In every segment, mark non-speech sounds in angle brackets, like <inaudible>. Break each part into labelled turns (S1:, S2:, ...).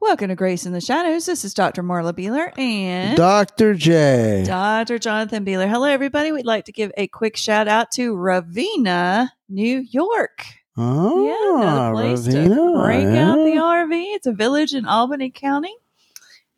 S1: Welcome to Grace in the Shadows. This is Dr. Marla Beeler and
S2: Dr. J.
S1: Dr. Jonathan Beeler. Hello, everybody. We'd like to give a quick shout out to Ravina, New York.
S2: oh,
S1: yeah, another place to
S2: Ravina,
S1: break
S2: yeah.
S1: out the RV. It's a village in Albany County,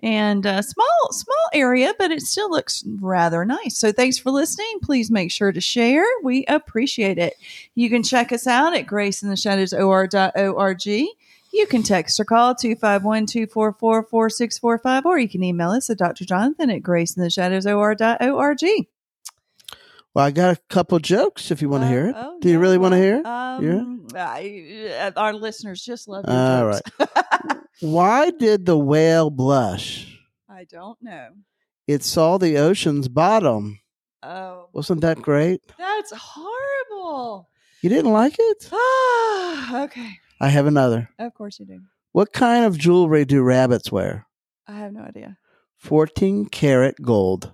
S1: and a small small area, but it still looks rather nice. So thanks for listening. Please make sure to share. We appreciate it. You can check us out at graceintheshadowsor.org. You can text or call 251-244-4645, or you can email us at Dr. Jonathan at graceintheshadowsor.org.
S2: Well, I got a couple jokes if you want to hear it.
S1: Uh, oh,
S2: Do you
S1: yeah,
S2: really want to
S1: well,
S2: hear it?
S1: Um, I- uh, our listeners just love your
S2: All
S1: jokes.
S2: Why did the whale blush?
S1: I don't know.
S2: It saw the ocean's bottom.
S1: Oh,
S2: Wasn't that great?
S1: that's
S2: <sighs>
S1: horrible.
S2: You didn't like it?
S1: Ah, okay.
S2: I have another.
S1: Of course you do.
S2: What kind of jewelry do rabbits wear?
S1: I have no idea.
S2: 14 karat gold.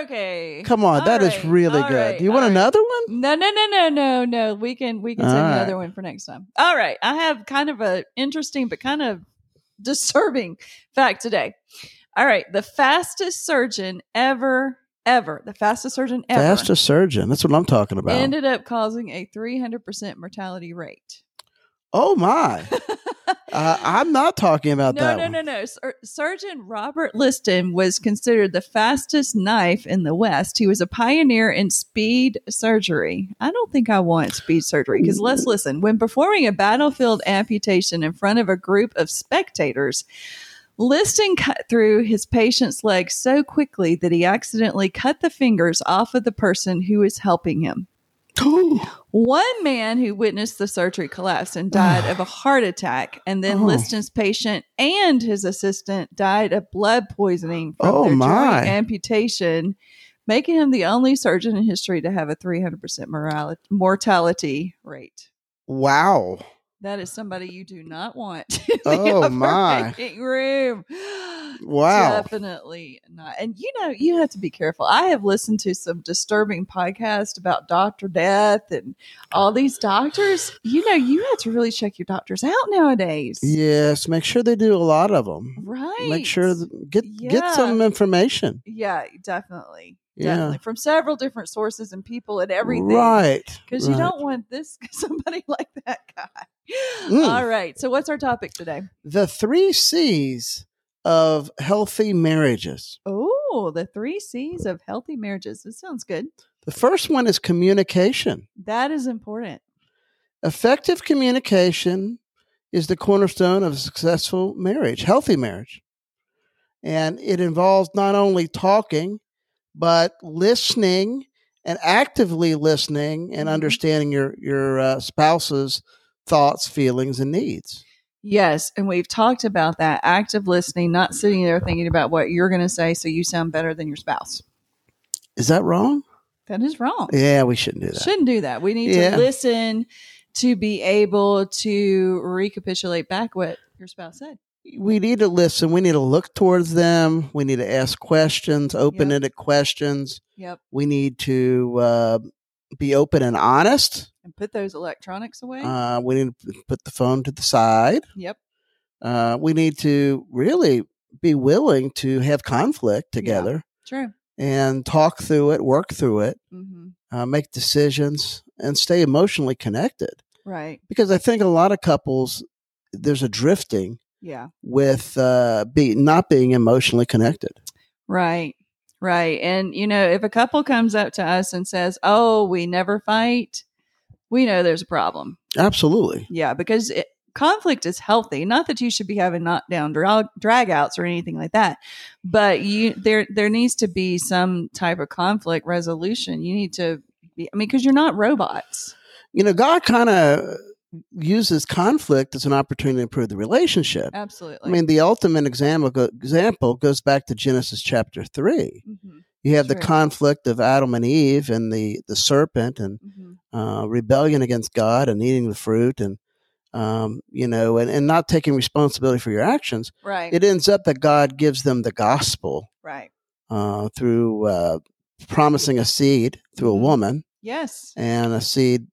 S1: Okay.
S2: Come on, that is
S1: All right,
S2: really
S1: all
S2: good.
S1: right,
S2: Do you want
S1: all right.
S2: another one?
S1: No, no, no, no, no, no. We can we can
S2: All
S1: save
S2: right.
S1: another one for next time. All right. I have kind of a interesting but kind of <laughs> disturbing fact today. All right. The fastest surgeon ever, ever, the fastest surgeon ever
S2: Fastest surgeon. That's what I'm talking about.
S1: ended up causing a three hundred percent mortality rate.
S2: oh, my.
S1: <laughs>
S2: uh, I'm not talking about
S1: no,
S2: that
S1: no,
S2: one.
S1: no, no. Sur- Surgeon Robert Liston was considered the fastest knife in the West. He was a pioneer in speed surgery. I don't think I want speed surgery because let's listen. When performing a battlefield amputation in front of a group of spectators, Liston cut through his patient's leg so quickly that he accidentally cut the fingers off of the person who was helping him. One man who witnessed the surgery collapse and died
S2: <sighs>
S1: of a heart attack, and then
S2: Oh.
S1: Liston's patient and his assistant died of blood poisoning from
S2: Oh,
S1: their joint
S2: my.
S1: amputation, making him the only surgeon in history to have a 300% morality, mortality rate.
S2: <gasps> Wow.
S1: That is somebody you do not want. <laughs> in the
S2: Oh, my.
S1: operating room.
S2: Wow.
S1: Definitely not. And you know, you have to be careful. I have listened to some disturbing podcasts about doctor death and all these doctors. You know, you have to really check your doctors out nowadays.
S2: Yes, make sure they do a lot of them.
S1: Right.
S2: Make sure th- get
S1: Yeah.
S2: get some information.
S1: yeah, definitely.
S2: Yeah.
S1: Definitely. From several different sources and people and everything.
S2: Right.
S1: Because
S2: right.
S1: you don't want this <laughs> somebody like that guy.
S2: Mm.
S1: All right. So what's our topic today?
S2: the three C's of healthy marriages.
S1: Oh, the three C's of healthy marriages. This sounds good.
S2: The first one is communication.
S1: That is important.
S2: Effective communication is the cornerstone of a successful marriage, healthy marriage. And it involves not only talking, but listening and actively listening and
S1: Mhm.
S2: understanding your, your uh, spouse's thoughts, feelings, and needs.
S1: Yes. And we've talked about that active listening, not sitting there thinking about what you're going to say so you sound better than your spouse.
S2: Is that wrong?
S1: That is wrong.
S2: Yeah, we shouldn't do that.
S1: Shouldn't do that. We need
S2: Yeah.
S1: to listen to be able to recapitulate back what your spouse said.
S2: we need to listen. We need to look towards them. We need to ask questions, open ended questions.
S1: Yep.
S2: We need to uh, be open and honest.
S1: And put those electronics away.
S2: Uh, we need to put the phone to the side.
S1: yep.
S2: Uh, we need to really be willing to have conflict
S1: Yeah.
S2: together
S1: True.
S2: and talk through it, work through it,
S1: hmm
S2: uh, make decisions, and stay emotionally connected.
S1: Right.
S2: Because I think a lot of couples, there's a drifting
S1: Yeah.
S2: with uh, be, not being emotionally connected.
S1: Right. Right. And, you know, if a couple comes up to us and says, Oh, we never fight, we know there's a problem.
S2: Absolutely.
S1: Yeah. Because it, conflict is healthy. Not that you should be having knockdown drag, drag outs or anything like that, but you, there, there needs to be some type of conflict resolution. You need to be, I mean, because you're not robots.
S2: you know, God kind of uses conflict as an opportunity to improve the relationship.
S1: Absolutely.
S2: I mean, the ultimate example, example goes back to Genesis chapter 3.
S1: Mhm,
S2: You have
S1: Sure.
S2: the conflict of Adam and Eve and the, the serpent and
S1: mhm.
S2: uh, rebellion against God and eating the fruit and, um, you know, and, and not taking responsibility for your actions.
S1: Right.
S2: It ends up that God gives them the gospel
S1: right.
S2: uh, through uh, promising a seed through
S1: Mhm.
S2: a woman
S1: Yes.
S2: and a seed,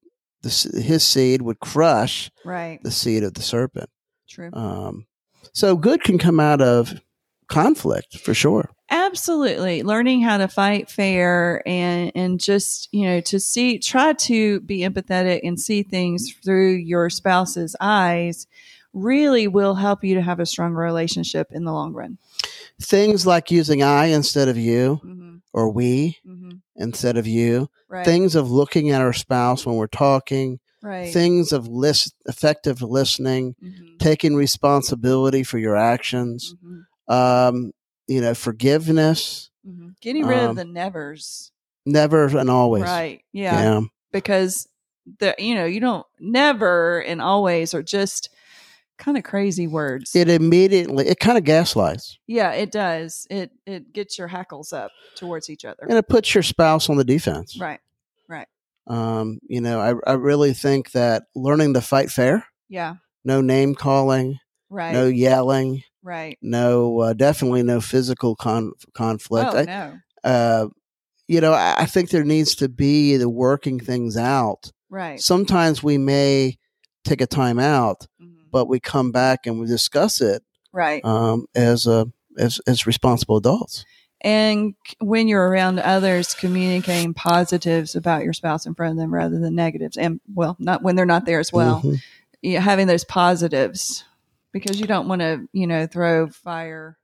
S2: the, s- his seed would crush
S1: Right.
S2: the seed of the serpent.
S1: True.
S2: Um, so good can come out of conflict for sure.
S1: Absolutely. Learning how to fight fair and and just, you know, to see try to be empathetic and see things through your spouse's eyes really will help you to have a stronger relationship in the long run.
S2: Things like using I instead of you
S1: Mm-hmm.
S2: or we
S1: Mm-hmm.
S2: instead of you,
S1: Right.
S2: things of looking at our spouse when we're talking,
S1: right.
S2: things of list, effective listening,
S1: mm-hmm.
S2: taking responsibility for your actions,
S1: Mm-hmm.
S2: um, you know, forgiveness,
S1: Mm-hmm. Getting rid
S2: Um,
S1: of the nevers.
S2: never and always.
S1: Right. Yeah.
S2: Yeah.
S1: Because the you know, you don't never and always are just kind of crazy words.
S2: It immediately, it kind of gaslights
S1: yeah, it does. It it gets your hackles up towards each other.
S2: and it puts your spouse on the defense.
S1: Right.
S2: Um, you know, I, I really think that learning to fight fair,
S1: Yeah.
S2: no name calling,
S1: Right.
S2: no yelling,
S1: Right.
S2: no uh, definitely no physical con- conflict
S1: oh
S2: I,
S1: no.
S2: uh, you know I, I think there needs to be the working things out
S1: Right.
S2: sometimes we may take a time out
S1: Mhm.
S2: but we come back and we discuss it
S1: Right.
S2: um, as a as, as responsible adults
S1: and c- when you're around others, communicating positives about your spouse in front of them rather than negatives, and well, not when they're not there as well.
S2: Mhm.
S1: Yeah, having those positives because you don't want to, you know, throw fire.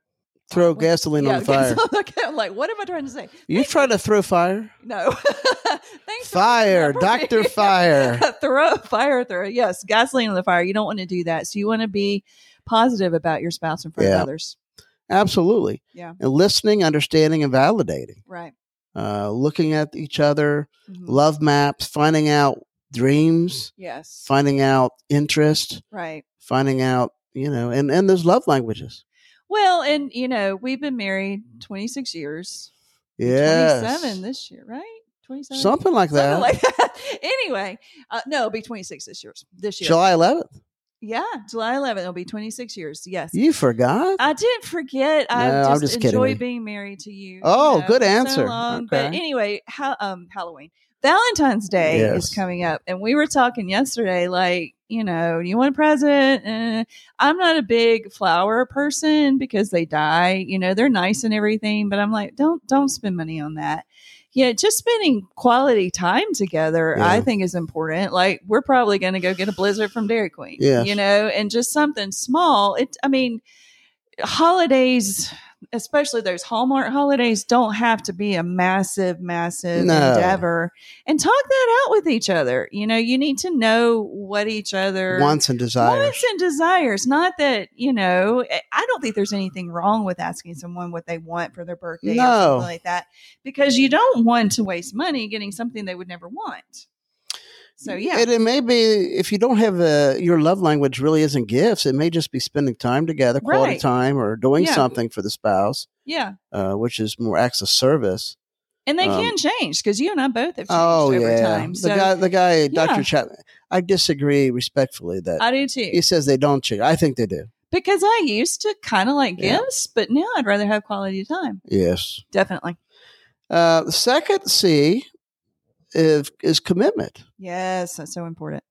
S2: throw
S1: What- <laughs>
S2: gasoline on the
S1: okay,
S2: fire
S1: so- okay, I'm like, what am I trying to say?
S2: you try to
S1: <laughs>
S2: throw fire
S1: No. Thanks for
S2: fire
S1: remembering. <laughs>
S2: dr fire
S1: throw fire throw yes gasoline on the fire you don't want to do that so you want to be positive about your spouse in front
S2: Yeah.
S1: of others
S2: absolutely
S1: Yeah.
S2: and listening understanding and validating
S1: right
S2: uh, looking at each other
S1: Mhm.
S2: love maps finding out dreams
S1: yes
S2: finding out interest,
S1: right
S2: finding out, you know, and, and there's love languages.
S1: well and you know we've been married 26 years
S2: Yes.
S1: 27 this year right 27
S2: Something like that.
S1: Something like that. <laughs> anyway uh, no it'll be 26 this year this year
S2: July 11th.
S1: yeah july 11th it'll be 26 years yes
S2: You forgot?
S1: I didn't forget. I
S2: No, I'm
S1: just,
S2: just kidding
S1: enjoy
S2: with you.
S1: being married to you.
S2: Oh,
S1: you know,
S2: good
S1: for so
S2: answer.
S1: long. But
S2: Okay.
S1: anyway, ha- um, Halloween, Valentine's Day
S2: Yes.
S1: is coming up, and we were talking yesterday. Like, you know, do you want a present? Eh. I'm not a big flower person because they die. You know, they're nice and everything, but I'm like, don't don't spend money on that. Yeah, just spending quality time together, I
S2: Yeah.
S1: think, is important. Like, we're probably going to go get a blizzard from Dairy Queen,
S2: Yes.
S1: you know, and just something small. It, I mean, holidays especially those hallmark holidays don't have to be a massive massive
S2: No.
S1: endeavor and talk that out with each other you know you need to know what each other
S2: Wants and desires.
S1: wants and desires not that you know I- i don't think there's anything wrong with asking someone what they want for their birthday or
S2: No.
S1: something like that because you don't want to waste money getting something they would never want so yeah
S2: And it may be if you don't have a, your love language really isn't gifts. It may just be spending time together, quality
S1: Right.
S2: time, or doing
S1: Yeah.
S2: something for the spouse,
S1: yeah
S2: uh, which is more acts of service.
S1: and they
S2: Um,
S1: can change because you and i both have changed
S2: Oh
S1: over
S2: yeah,
S1: time
S2: the
S1: so
S2: guy, the guy,
S1: Yeah.
S2: Doctor Chapman. I disagree respectfully that
S1: i do too
S2: he says they don't cheat. I think they do.
S1: because I used to kind of like
S2: Yeah.
S1: gifts, but now I'd rather have quality time.
S2: Yes.
S1: Definitely.
S2: Uh, the second C is, is commitment.
S1: Yes, that's so important.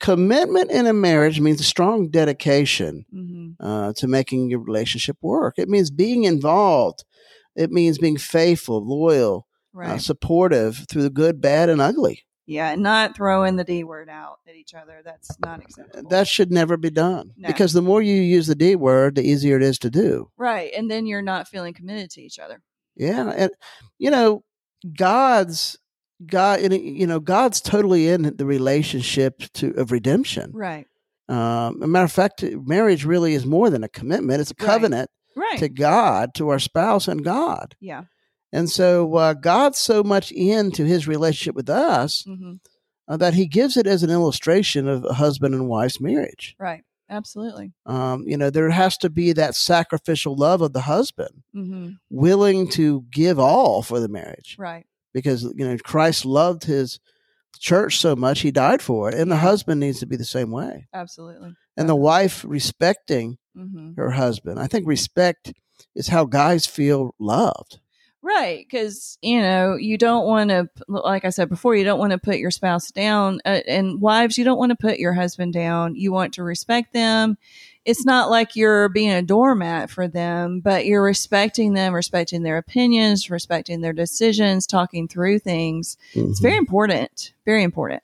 S2: Commitment in a marriage means a strong dedication
S1: hmm
S2: uh, to making your relationship work. It means being involved. It means being faithful, loyal,
S1: Right.
S2: uh, supportive through the good, bad, and ugly.
S1: yeah, and not throwing the D word out at each other. That's not acceptable.
S2: That should never be done
S1: No.
S2: because the more you use the D word, the easier it is to do.
S1: right. And then you're not feeling committed to each other.
S2: Yeah, and you know, God's God, and, you know, God's totally in the relationship to of redemption.
S1: Right.
S2: Um, a matter of fact, marriage really is more than a commitment; it's a
S1: Right.
S2: covenant
S1: Right.
S2: to God, to our spouse, and God.
S1: yeah.
S2: And so, uh, God's so much into His relationship with us
S1: hmm
S2: uh, that He gives it as an illustration of a husband and wife's marriage.
S1: Right. Absolutely.
S2: Um, you know, there has to be that sacrificial love of the husband,
S1: hmm
S2: willing to give all for the marriage,
S1: Right.
S2: because you know Christ loved His church so much He died for it, and the
S1: Yeah.
S2: husband needs to be the same way,
S1: Absolutely.
S2: and the wife respecting
S1: hmm
S2: her husband. I think respect is how guys feel loved.
S1: Right, because you know you don't want to, like I said before, you don't want to put your spouse down, uh, and wives, you don't want to put your husband down. You want to respect them. it's not like you're being a doormat for them, but you're respecting them, respecting their opinions, respecting their decisions, talking through things. It's very important. Very important.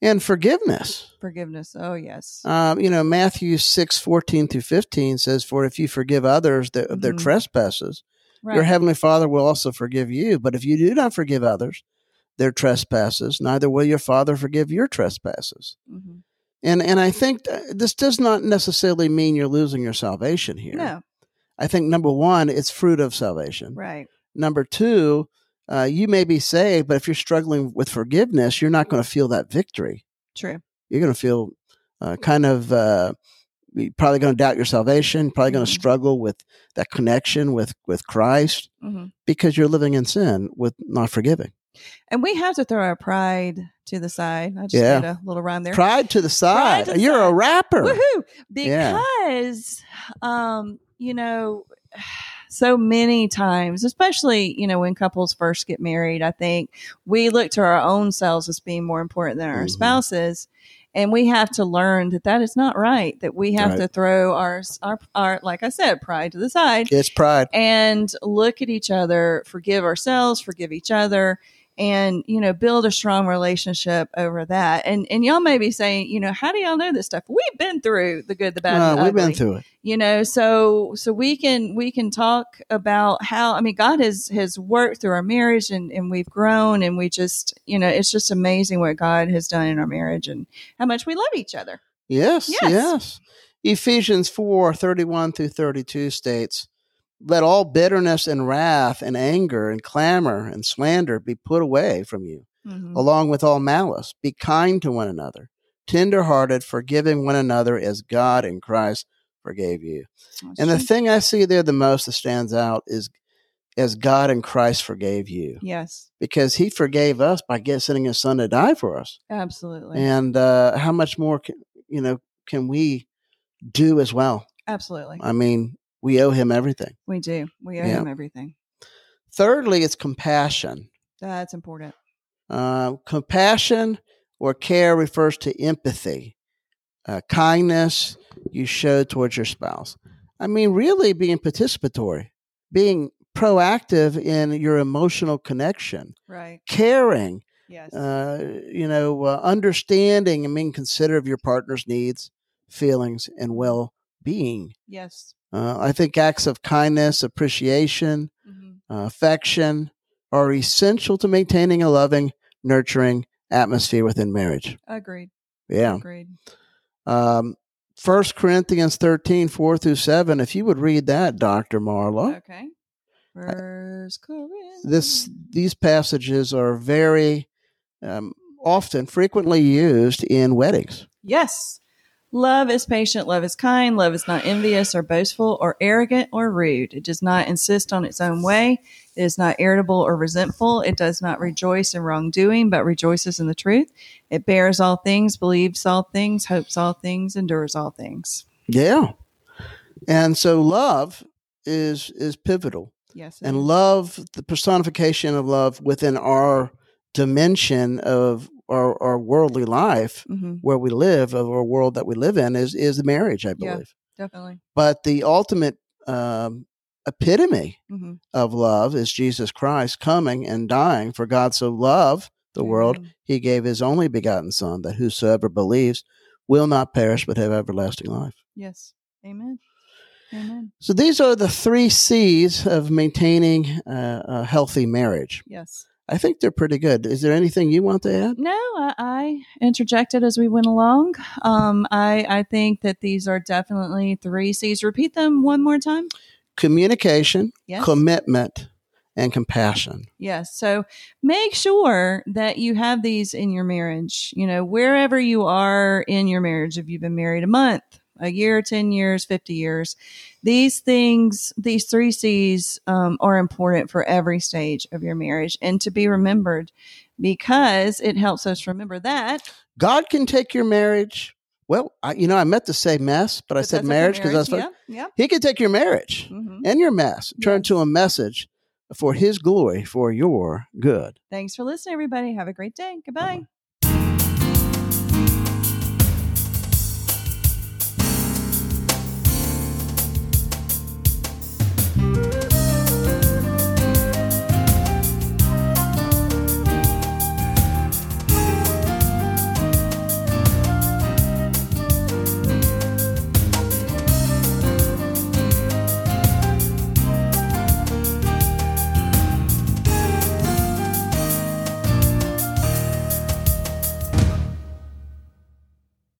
S2: and forgiveness.
S1: Forgiveness. Oh, yes.
S2: Um, you know, Matthew six fourteen through 15 says, For if you forgive others their, of their
S1: Mhm.
S2: trespasses,
S1: Right.
S2: your heavenly Father will also forgive you. But if you do not forgive others their trespasses, neither will your Father forgive your trespasses.
S1: Mhm.
S2: And, and I think th- this does not necessarily mean you're losing your salvation here.
S1: No,
S2: I think number one, it's fruit of salvation.
S1: right.
S2: Number two, uh, you may be saved, but if you're struggling with forgiveness, you're not going to feel that victory.
S1: True.
S2: You're going to feel uh, kind of uh, you're probably going to doubt your salvation. Probably going to
S1: Mhm.
S2: struggle with that connection with with Christ
S1: hmm
S2: because you're living in sin with not forgiving.
S1: And we have to throw our pride to the side. I just
S2: Yeah.
S1: made a little rhyme there.
S2: Pride to the side.
S1: to the
S2: you're a
S1: side.
S2: rapper.
S1: Woohoo!
S2: Yeah.
S1: Because, um, you know, so many times, especially, you know, when couples first get married, I think we look to our own selves as being more important than our
S2: Mhm.
S1: spouses. And we have to learn that that is not right, that we have
S2: Right.
S1: to throw our, our, our, like I said, pride to the side
S2: It's pride.
S1: and look at each other, forgive ourselves, forgive each other, and you know, build a strong relationship over that. And and y'all may be saying, you know, how do y'all know this stuff? We've been through the good, the bad,
S2: Uh,
S1: and the
S2: we've been
S1: ugly,
S2: through it.
S1: You know, so so we can we can talk about how I mean God has has worked through our marriage and and we've grown and we just you know it's just amazing what God has done in our marriage and how much we love each other.
S2: Yes, yes.
S1: Yes.
S2: Ephesians 4 31 through 32 states, Let all bitterness and wrath and anger and clamor and slander be put away from you,
S1: Mhm.
S2: along with all malice. Be kind to one another, tender hearted, forgiving one another as God in Christ forgave you.
S1: Mm-hmm. That's
S2: And the
S1: true.
S2: thing I see there the most that stands out is as God in Christ forgave you,
S1: yes,
S2: because he forgave us by get- sending his son to die for us
S1: absolutely,
S2: and uh, how much more can, you know can we do as well
S1: absolutely,
S2: i mean we owe him everything
S1: we do. We owe
S2: Yeah.
S1: him everything.
S2: thirdly it's compassion
S1: That's important.
S2: uh, compassion or care refers to empathy uh, kindness you show towards your spouse i mean really being participatory being proactive in your emotional connection
S1: Right.
S2: caring
S1: Yes.
S2: uh, you know, uh, understanding and being considerate of your partner's needs, feelings, and well being.
S1: yes.
S2: Uh, I think acts of kindness, appreciation,
S1: hmm
S2: uh, affection are essential to maintaining a loving, nurturing atmosphere within marriage.
S1: Agreed.
S2: Yeah.
S1: Agreed.
S2: Um, 1 Corinthians 13, 4 through 7. If you would read that, Dr. Marlowe.
S1: Okay. First Corinthians.
S2: this these passages are very um, often frequently used in weddings.
S1: Yes. Love is patient. Love is kind. Love is not envious or boastful or arrogant or rude. It does not insist on its own way. It is not irritable or resentful. It does not rejoice in wrongdoing, but rejoices in the truth. It bears all things, believes all things, hopes all things, endures all things.
S2: Yeah. And so love is is pivotal.
S1: Yes. it
S2: And
S1: is.
S2: love, the personification of love within our dimension of our, our worldly life
S1: Mhm.
S2: where we live, of our world that we live in is is marriage, I
S1: Yeah.
S2: believe.
S1: Definitely.
S2: But the ultimate um, epitome
S1: Mm-hmm.
S2: of love is Jesus Christ coming and dying for God so loved the world
S1: Mm-hmm.
S2: he gave his only begotten son that whosoever believes will not perish but have everlasting life.
S1: Yes. Amen. Amen.
S2: So these are the three C's of maintaining uh, a healthy marriage.
S1: Yes.
S2: I think they're pretty good. Is there anything you want to add?
S1: No, I, I interjected as we went along. Um, I, I think that these are definitely three C's. Repeat them one more time.
S2: Communication,
S1: Yes.
S2: commitment, and compassion.
S1: Yes. So make sure that you have these in your marriage. You know, wherever you are in your marriage, if you've been married a month, a year, 10 years, 50 years, these things, these three C's um, are important for every stage of your marriage and to be remembered because it helps us remember that.
S2: God can take your marriage. Well, I, you know, I meant to say mess, but, I
S1: But
S2: said
S1: that's okay,
S2: marriage because that's
S1: marriage. Yeah.
S2: He can take your marriage
S1: yeah. hmm
S2: and your mess, turn
S1: Yes.
S2: to a message for His glory, for your good.
S1: Thanks for listening, everybody. Have a great day. Goodbye.
S2: Bye-bye.